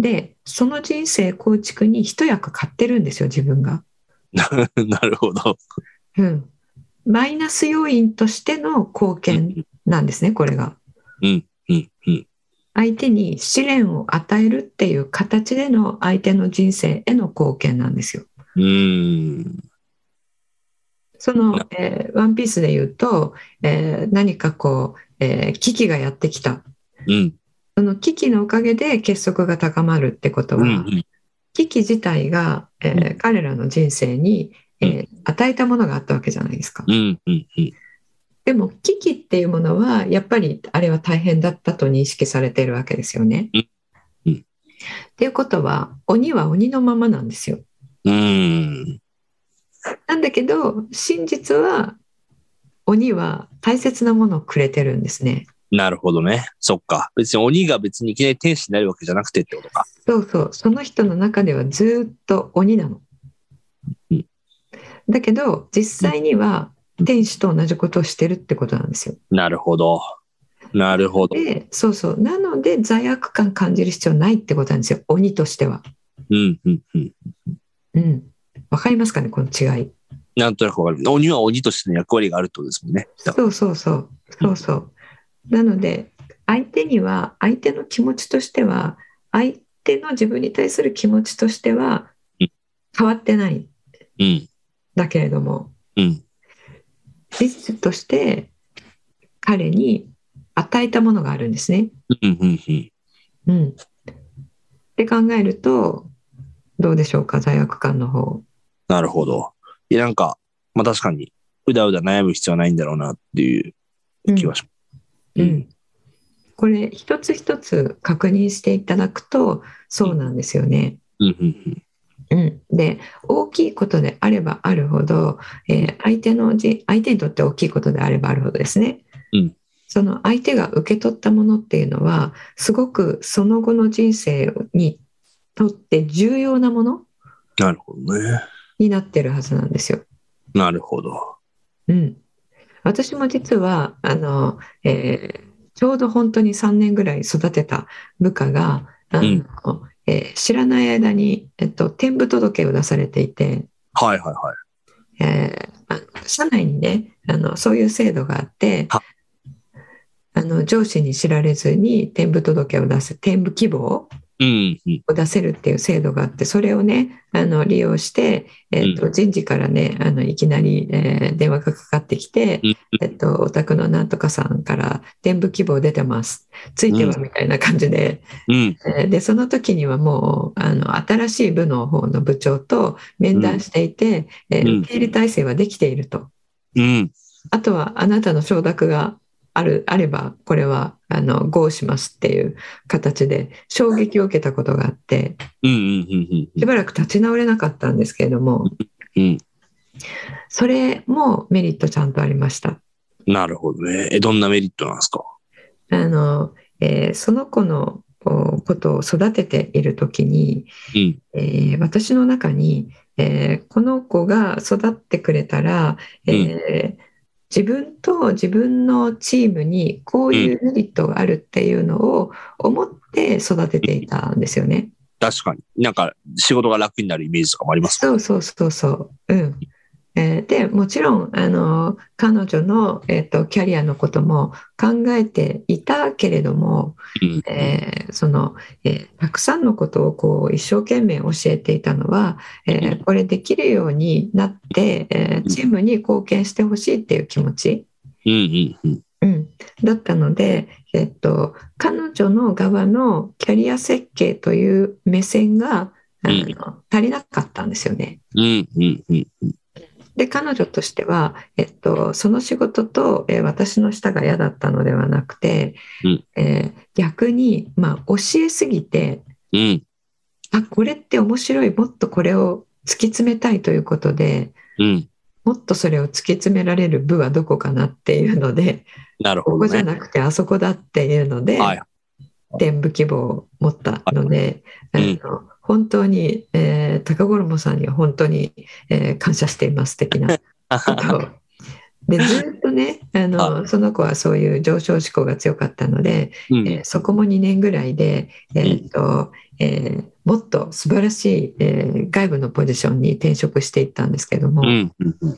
B: でその人生構築に一役買ってるんですよ自分が。
C: (laughs) なるほど。
B: うん、マイナス要因としての貢献なんですね、これが。
C: うん、うん、
B: 相手に試練を与えるっていう形での相手の人生への貢献なんですよ。
C: うん、
B: その、えーワンピースで言うと、えー何かこう、えー危機がやってきた。
C: うん、
B: その危機のおかげで結束が高まるってこと
C: う
B: は、
C: ん、
B: 危機自体が、えー彼らの人生に、えー与えたものがあったわけじゃないですか。
C: うん、うん、
B: でも危機っていうものはやっぱりあれは大変だったと認識されているわけですよね。
C: うんうん
B: っていうことは鬼は鬼のままなんですよ。
C: うん、
B: なんだけど真実は鬼は大切なものをくれてるんですね。
C: なるほどね。そっか。別に鬼が別にいきなり天使になるわけじゃなくてってことか。
B: そうそうその人の中ではずっと鬼なの
C: うん。
B: だけど実際には
C: うん
B: 天使と同じことをしてるってことなんですよ。
C: なるほど。なるほど。
B: でそうそうなので罪悪感感じる必要ないってことなんですよ鬼としては。
C: うん、うん、うん。
B: うん。わかりますかね、この違い。
C: なんとなくわかる。鬼は鬼としての役割があるってことですもんね。だ
B: そうそうそう。そうそう。なので、相手には、相手の気持ちとしては、相手の自分に対する気持ちとしては
C: うん、
B: 変わってないん
C: うん、
B: だけれども、
C: うん、
B: 事実として彼に与えたものがあるんですね。
C: うん、うん、うん。
B: うん。って考えると、どうでしょうか、罪悪感の方。
C: なるほど。いや、なんか、まあ確かに、うだうだ悩む必要はないんだろうなっていう気はしま
B: う。
C: す。
B: ん、これ一つ一つ確認していただくとそうなんですよね。
C: うん、うん、
B: うん、で大きいことであればあるほど、えー相手のじ相手にとって大きいことであればあるほどですね、
C: うん
B: その相手が受け取ったものっていうのはすごくその後の人生にとって重要なもの
C: なるほどね。
B: になってるはずなんですよ。
C: なるほど。
B: うん、私も実はあの、えーちょうど本当に3年ぐらい育てた部下があの、
C: うん
B: えー知らない間に、えっと、転部届を出されていて、
C: はいはいはい。
B: えーあの社内にねあのそういう制度があって
C: は
B: あの上司に知られずに転部届を出す転部希望
C: うん、うん。
B: を出せるっていう制度があって、それをね、あの利用して、えっと人事からね、あのいきなり、えー電話がかかってきて
C: うん、
B: えっとお宅のなんとかさんから、伝部希望出てます、ついては
C: う
B: みたいな感じで、
C: うん。
B: えーでその時にはもうあの新しい部の方の部長と面談していて、えー
C: うん
B: 受け入れ体制はできていると。
C: うん。
B: あとはあなたの承諾があるあればこれはあの合しますっていう形で衝撃を受けたことがあって
C: うん。うん。うん。
B: しばらく立ち直れなかったんですけれども
C: うん。
B: それもメリットちゃんとありました。
C: なるほどね。え、どんなメリットなんですか
B: あのえーその子のおことを育てている時に、
C: うん。
B: えー私の中に、えーこの子が育ってくれたら、えー自分と自分のチームにこういうメリットがあるっていうのを思って育てていたんですよね。
C: 確かに。なんか、仕事が楽になるイメージとかもあります。
B: そうそうそうそう。うんえーでもちろんあの彼女の、えー、とキャリアのことも考えていたけれども、
C: うん。
B: えーその、えーたくさんのことをこう一生懸命教えていたのは、えーこれできるようになって、えーチームに貢献してほしいっていう気持ち、
C: うん。うん。うん。
B: うん、だったので、えっと、彼女の側のキャリア設計という目線があの
C: うん
B: 足りなかったんですよね。
C: うん。うん。うん。
B: で彼女としては、えっと、その仕事と、えー私の下が嫌だったのではなくて、
C: うん
B: えー逆に、まあ、教えすぎて
C: うん。
B: あこれって面白いもっとこれを突き詰めたいということで
C: うん。
B: もっとそれを突き詰められる部はどこかなっていうので
C: なる
B: こ
C: ほ
B: こ
C: ど
B: じゃ
C: ね。
B: なくてあそこだっていうので
C: はい。
B: 伝部希望を持ったので、
C: はい
B: あの本当に、えー高五郎さんには本当に、えー感謝しています的なこと
C: (laughs)
B: をでずっとねあのその子はそういう上昇志向が強かったので、
C: う
B: えー
C: ん。
B: そこも2年ぐらいで、えーっとえーもっと素晴らしい、えー外部のポジションに転職していったんですけども、
C: うん。うん。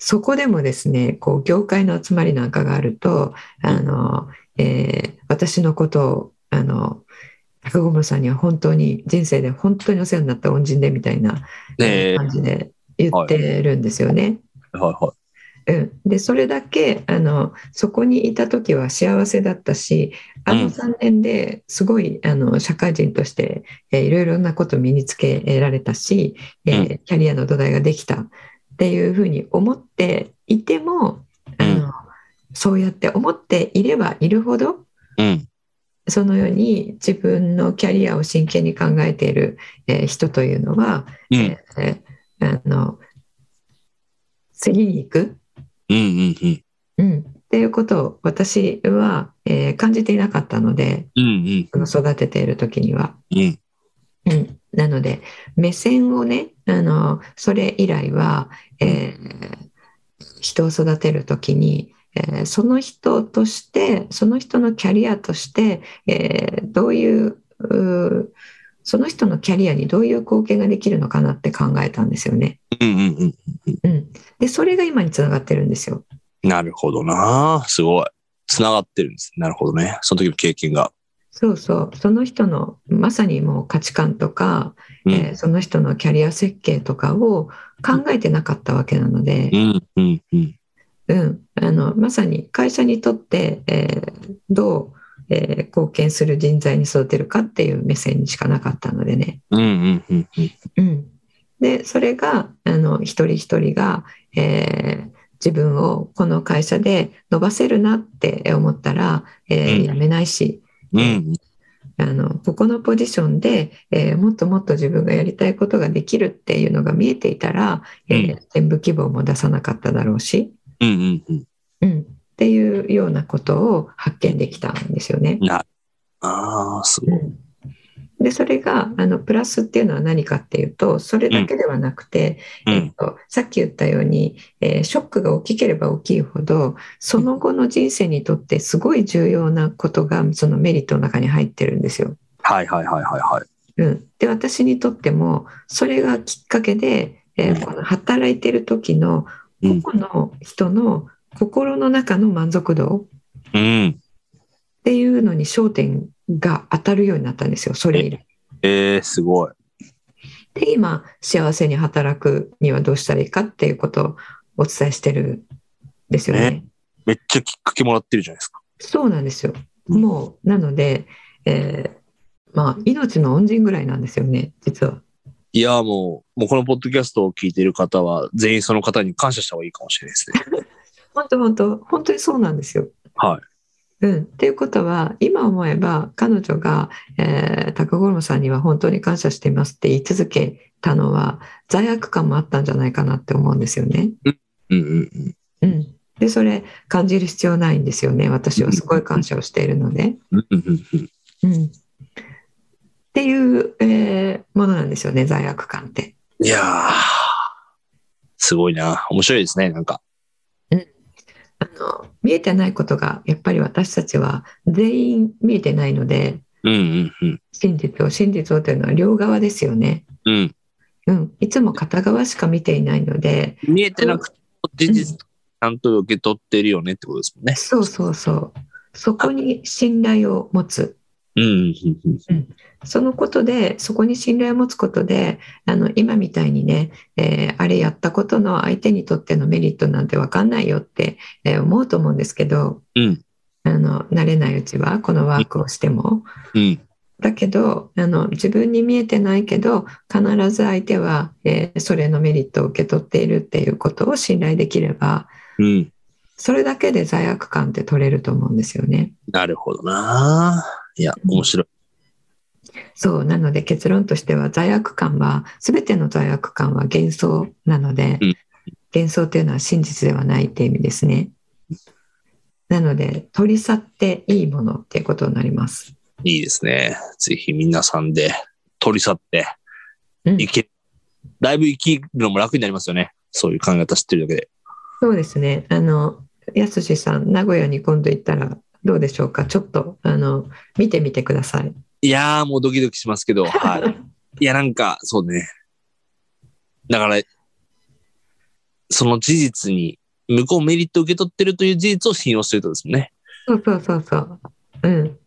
B: そこでもですねこう業界の集まりなんかがあるとあの、えー私のことをあの高小室さんには本当に人生で本当にお世話になった恩人でみたいな
C: ねえ。は
B: 感じで言ってるんですよね。
C: いは
B: うん、でそれだけあのそこにいた時は幸せだったしあ
C: う
B: の
C: ん
B: 3年ですごいあの社会人として、えーいろいろなことを身につけられたし、えーキャリアの土台ができたっていうふうに思っていてもあの、
C: う
B: そうやって思っていればいるほど
C: い。うん。
B: そのように自分のキャリアを真剣に考えている、えー人というのは、
C: うん。
B: えーあの次に行く。
C: うん。うん。うん。
B: うん、っていうことを私は、えー感じていなかったので
C: うん。
B: その育てている時には。
C: うん。
B: うん、なので目線をねあのそれ以来は、えー人を育てる時に、えーその人としてその人のキャリアとして、えーどういううーその人のキャリアにどういう貢献ができるのかなって考えたんですよね。
C: うん。うん。うん。
B: うん、でそれが今につながってるんですよ。
C: なるほどな。すごい。繋がってるんです。なるほどね。その時の経験が。
B: そうそう、その人のまさにもう価値観とか、
C: う
B: えー
C: ん。
B: その人のキャリア設計とかを考えてなかったわけなので
C: う、ん。うん。うん。
B: うん、あのまさに会社にとって、えーどう、えー貢献する人材に育てるかっていう目線にしかなかったのでね。
C: うん。うん。うん。
B: うん、でそれがあの一人一人が、えー自分をこの会社で伸ばせるなって思ったら、えー
C: うん
B: 辞めないし、
C: うん。
B: あのここのポジションで、えーもっともっと自分がやりたいことができるっていうのが見えていたら、えー
C: うん
B: 全部希望も出さなかっただろうし、
C: うん。うん。うん。
B: うん、っていうようなことを発見できたんですよね。
C: なああ、すごい。
B: うんでそれがあのプラスっていうのは何かっていうとそれだけではなくて、
C: う
B: えっ
C: ん。
B: と、さっき言ったように、えーショックが大きければ大きいほどその後の人生にとってすごい重要なことがそのメリットの中に入ってるんですよ。
C: はいはいはいはいはい。
B: うん、で私にとってもそれがきっかけで、えー
C: うん
B: この働いてる時の
C: うん。
B: 個々の人の心の中の満足度
C: うん。
B: っていうのに焦点が当たるようになったんですよそれ以来。
C: ええすごい。
B: で今幸せに働くにはどうしたらいいかっていうことをお伝えしてるんですよね
C: ねめっちゃきっかけもらってるじゃないですか。
B: そうなんですよもうなので、えーまあ命の恩人ぐらいなんですよね実はい
C: やー、もう、もうこのポッドキャストを聞いてる方は、全員その方に感謝した方がいいかもしれないです
B: (laughs)
C: ね。
B: 本当本当本当にそうなんですよ
C: はい。
B: うん、っていうことは今思えば彼女が、えー、高五郎さんには本当に感謝していますって言い続けたのは罪悪感もあったんじゃないかなって思うんですよね。
C: うんうんうん。
B: うん、でそれ感じる必要ないんですよね私はすごい感謝をしているので。
C: うんうんうんう
B: う
C: ん。
B: ん、っていう、えーものなんですよね罪悪感って。
C: いやー、すごいな。面白いですね、なんか。
B: あの見えてないことがやっぱり私たちは全員見えてないので
C: うんうんうん。
B: 真実を真実をというのは両側ですよね。
C: うん。
B: うん、いつも片側しか見ていないので、
C: 見えてなくても、事実ちゃんと受け取ってるよねってことですもんね。
B: そうそうそう、そこに信頼を持つ、
C: うんうんうんうん。
B: そのことで、そこに信頼を持つことで、あの今みたいにね、えーあれやったことの相手にとってのメリットなんて分かんないよって、えー思うと思うんですけど、
C: うん
B: あの、慣れないうちは、このワークをしても。
C: うん。
B: だけどあの自分に見えてないけど必ず相手は、えーそれのメリットを受け取っているっていうことを信頼できれば
C: うん。
B: それだけで罪悪感って取れると思うんですよね。
C: なるほどな。いや、面白い。
B: そうなので結論としては罪悪感は全ての罪悪感は幻想なので、
C: うん
B: 幻想というのは真実ではないっていう意味ですね。なので取り去っていいものっていうことになります。
C: いいですね。ぜひ皆さんで取り去って、
B: うん
C: いけ、だいぶ生きるのも楽になりますよね。そういう考え方知ってるだけで。
B: そうですね。あの、やすしさん、名古屋に今度行ったらどうでしょうか。ちょっと、あの、見てみてください。
C: いやー、もうドキドキしますけど、はい。いや、なんか、そうね。だから、その事実に、向こうメリットを受け取ってるという事実を信用してるとですね。
B: そうそうそうそう。うん。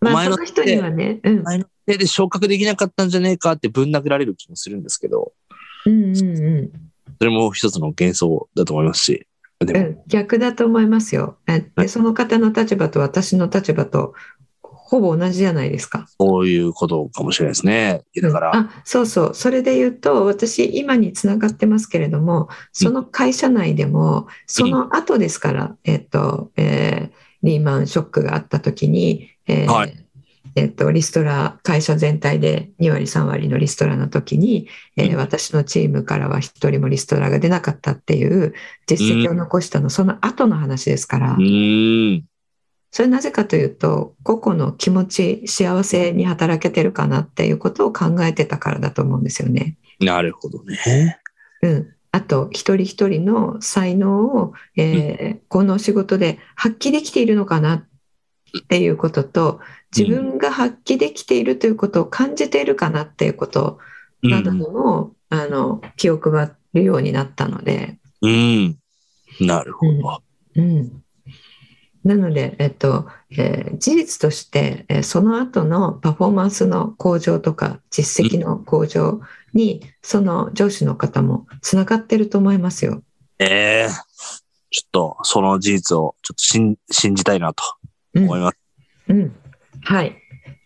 B: ま
C: お
B: あ、
C: 前
B: そ
C: の
B: の人にはね、うん、
C: 前の手で昇格できなかったんじゃねえかってぶん殴られる気もするんですけど、
B: うん、うん、うん。
C: それも一つの幻想だと思いますし、で
B: うん、
C: も、
B: 逆だと思いますよ。えでその方の立場と私の立場とほぼ同じじゃないですか。
C: そういうことかもしれないですね。いやだから、
B: あそうそうそれで言うと私今につながってますけれどもその会社内でもその後ですから、えっとえーリーマンショックがあった時に、えー
C: は
B: えっとリストラ会社全体で2割3割のリストラの時に、えー
C: うん
B: 私のチームからは1人もリストラが出なかったっていう実績を残したの、その後の話ですから。
C: うーん。
B: それなぜかというと個々の気持ち幸せに働けてるかなっていうことを考えてたからだと思うんですよね。
C: なるほどね。
B: うん、あと一人一人の才能を、えーこの仕事で発揮できているのかなっていうことと自分が発揮できているということを感じているかなっていうこと
C: う
B: などに
C: ん。
B: も、あの気を配るようになったので。
C: うん。なるほど。
B: うん、なので、えっとえー事実として、えーその後のパフォーマンスの向上とか実績の向上に、その上司の方もつながってると思いますよ。
C: ええちょっと、その事実を、ちょっと信信じたいなと
B: うん
C: 思います。
B: うん、はい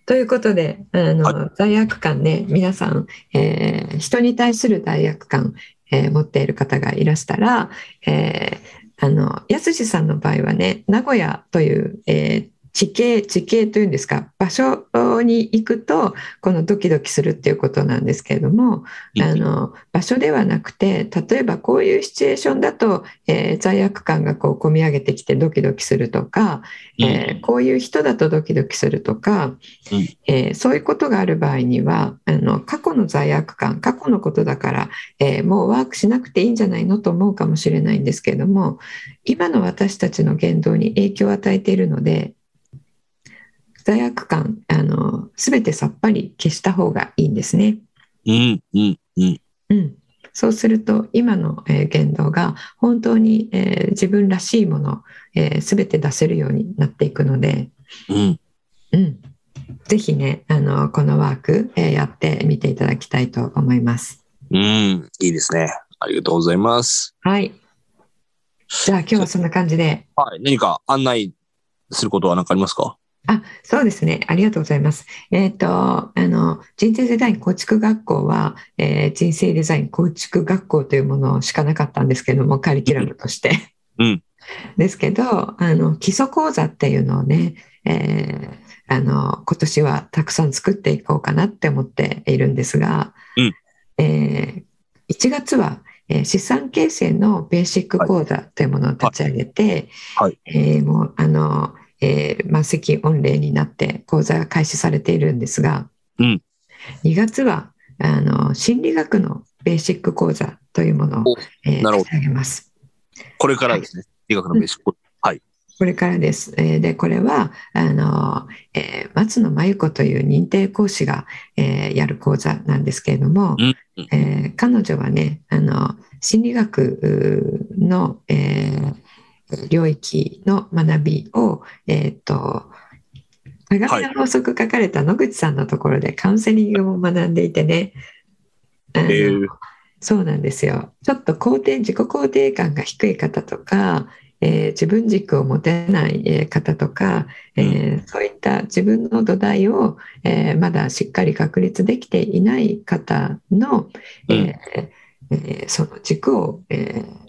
B: ということであの、
C: は
B: 罪悪感ね皆さん、えー人に対する罪悪感、えー持っている方がいらしたら、えーあのやすしさんの場合はね名古屋という、えー地形地形というんですか場所に行くとこのドキドキするっていうことなんですけれどもあの場所ではなくて例えばこういうシチュエーションだと、えー罪悪感がこう込み上げてきてドキドキするとか、えーこういう人だとドキドキするとか、
C: うん
B: えーそういうことがある場合にはあの過去の罪悪感過去のことだから、えーもうワークしなくていいんじゃないのと思うかもしれないんですけれども今の私たちの言動に影響を与えているので罪悪感あの全てさっぱり消した方がいいんですね。
C: うん、うん、うん。
B: うん、そうすると今のえー言動が本当にえー自分らしいもの、えー、全て出せるようになっていくので。
C: うん。
B: うん、ぜひね、あの、このワーク、えーやってみていただきたいと思います。
C: うん、いいですね。ありがとうございます。
B: はい。じゃあ今日はそんな感じで。
C: はい、何か案内することは何かありますか
B: あ、そうですね。ありがとうございます。えっ、と、あの、人生デザイン構築学校は、えー人生デザイン構築学校というものしかなかったんですけども、カリキュラムとして。
C: うん。
B: ですけど、あの、基礎講座っていうのをね、えーあの、今年はたくさん作っていこうかなって思っているんですが、
C: うん
B: えー1月は、えー資産形成のベーシック講座というものを立ち上げて、
C: はい
B: えーもう、あの、えー満席御礼になって講座が開始されているんですが、
C: うん
B: 2月はあの心理学のベーシック講座というものを
C: お、
B: えー
C: なるほ
B: 立
C: ど
B: ち上げます。
C: これからですね。理学のベーシック。
B: これからです。えーで、これは、あの、えー松野真由子という認定講師が、えーやる講座なんですけれども、
C: うんうん
B: えー彼女はね、あの、心理学うーの、えー領域の学びを、えっと、鏡の法則書かれた野口さんのところでカウンセリングも学んでいてね、あの
C: えー
B: そうなんですよ。ちょっと肯定、自己肯定感が低い方とか、えー自分軸を持てないえー方とか、えーそういった自分の土台を、えーまだしっかり確立できていない方の、えーえーその軸を、えー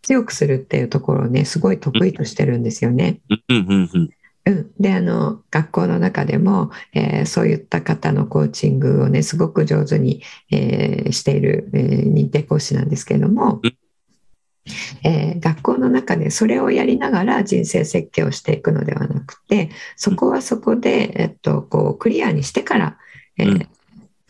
B: 強くするっていうところをね、すごい得意としてるんですよね。
C: うんうんうん。
B: うん、であの学校の中でも、えーそういった方のコーチングをねすごく上手に、えーしている、えー認定講師なんですけれども
C: うん、
B: えー学校の中でそれをやりながら人生設計をしていくのではなくてそこはそこで、えっと、こうクリアにしてから、えー
C: うん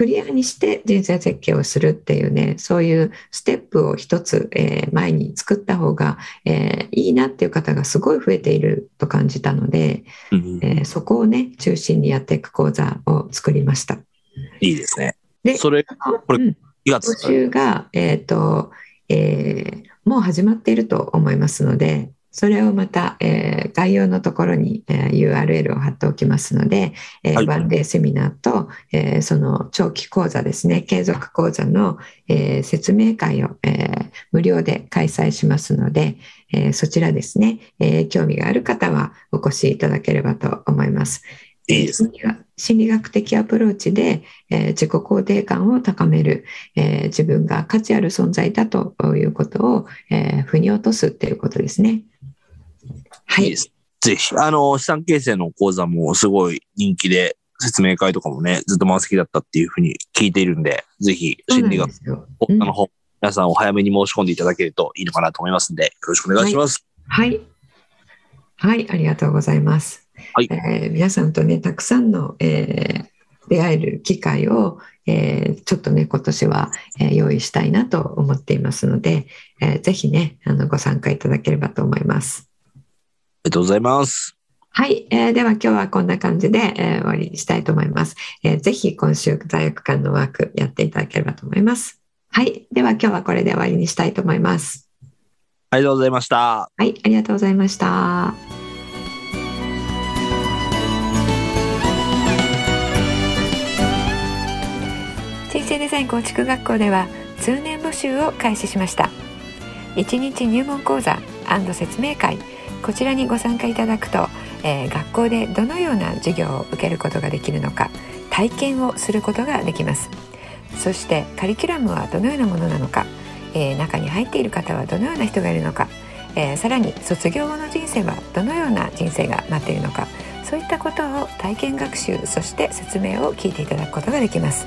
B: クリアにして人生設計をするっていうねそういうステップを一つ、えー前に作った方が、えーいいなっていう方がすごい増えていると感じたので。
C: うんうん
B: えーそこをね中心にやっていく講座を作りました。
C: いいですね。
B: で
C: それ、これ
B: うん
C: 2月
B: 募集が、えーとえーもう始まっていると思いますのでそれをまた、えー概要のところに、えー URL を貼っておきますので、えー
C: はい
B: ワンデーセミナーと、えーその長期講座ですね継続講座の、えー説明会を、えー無料で開催しますので、えーそちらですね、えー興味がある方はお越しいただければと思います。
C: いいです
B: 心
C: ね。
B: 理学心理学的アプローチで、えー自己肯定感を高める、えー自分が価値ある存在だということを、えー腑に落とすっていうことですね。はいい
C: いで、す。ぜひ。あの、資産形成の講座もすごい人気で、説明会とかもね、ずっと満席だったっていうふうに聞いているんで、ぜひ、
B: そうな
C: 心
B: ん
C: 理学
B: ですよう
C: 講座
B: ん
C: の方、皆さんお早めに申し込んでいただけるといいのかなと思いますんで、よろしくお願いします。
B: はい。はい、ありがとうございます。
C: はい
B: えー皆さんとね、たくさんの、えー出会える機会を、えーちょっとね、今年は、えー用意したいなと思っていますので、えーぜひね、あの、ご参加いただければと思います。
C: ありがとうございます。
B: はい、えーでは今日はこんな感じで、えー終わりにしたいと思います、えーぜひ今週大学間のワークやっていただければと思います。はい、では今日はこれで終わりにしたいと思います。
C: ありがとうございました。
B: はい、ありがとうございました。人生デザイン構築学校では通年募集を開始しました1日入門講座説明会こちらにご参加いただくと、えー学校でどのような授業を受けることができるのか体験をすることができますそしてカリキュラムはどのようなものなのか、えー中に入っている方はどのような人がいるのか、えーさらに卒業後の人生はどのような人生が待っているのかそういったことを体験学習そして説明を聞いていただくことができます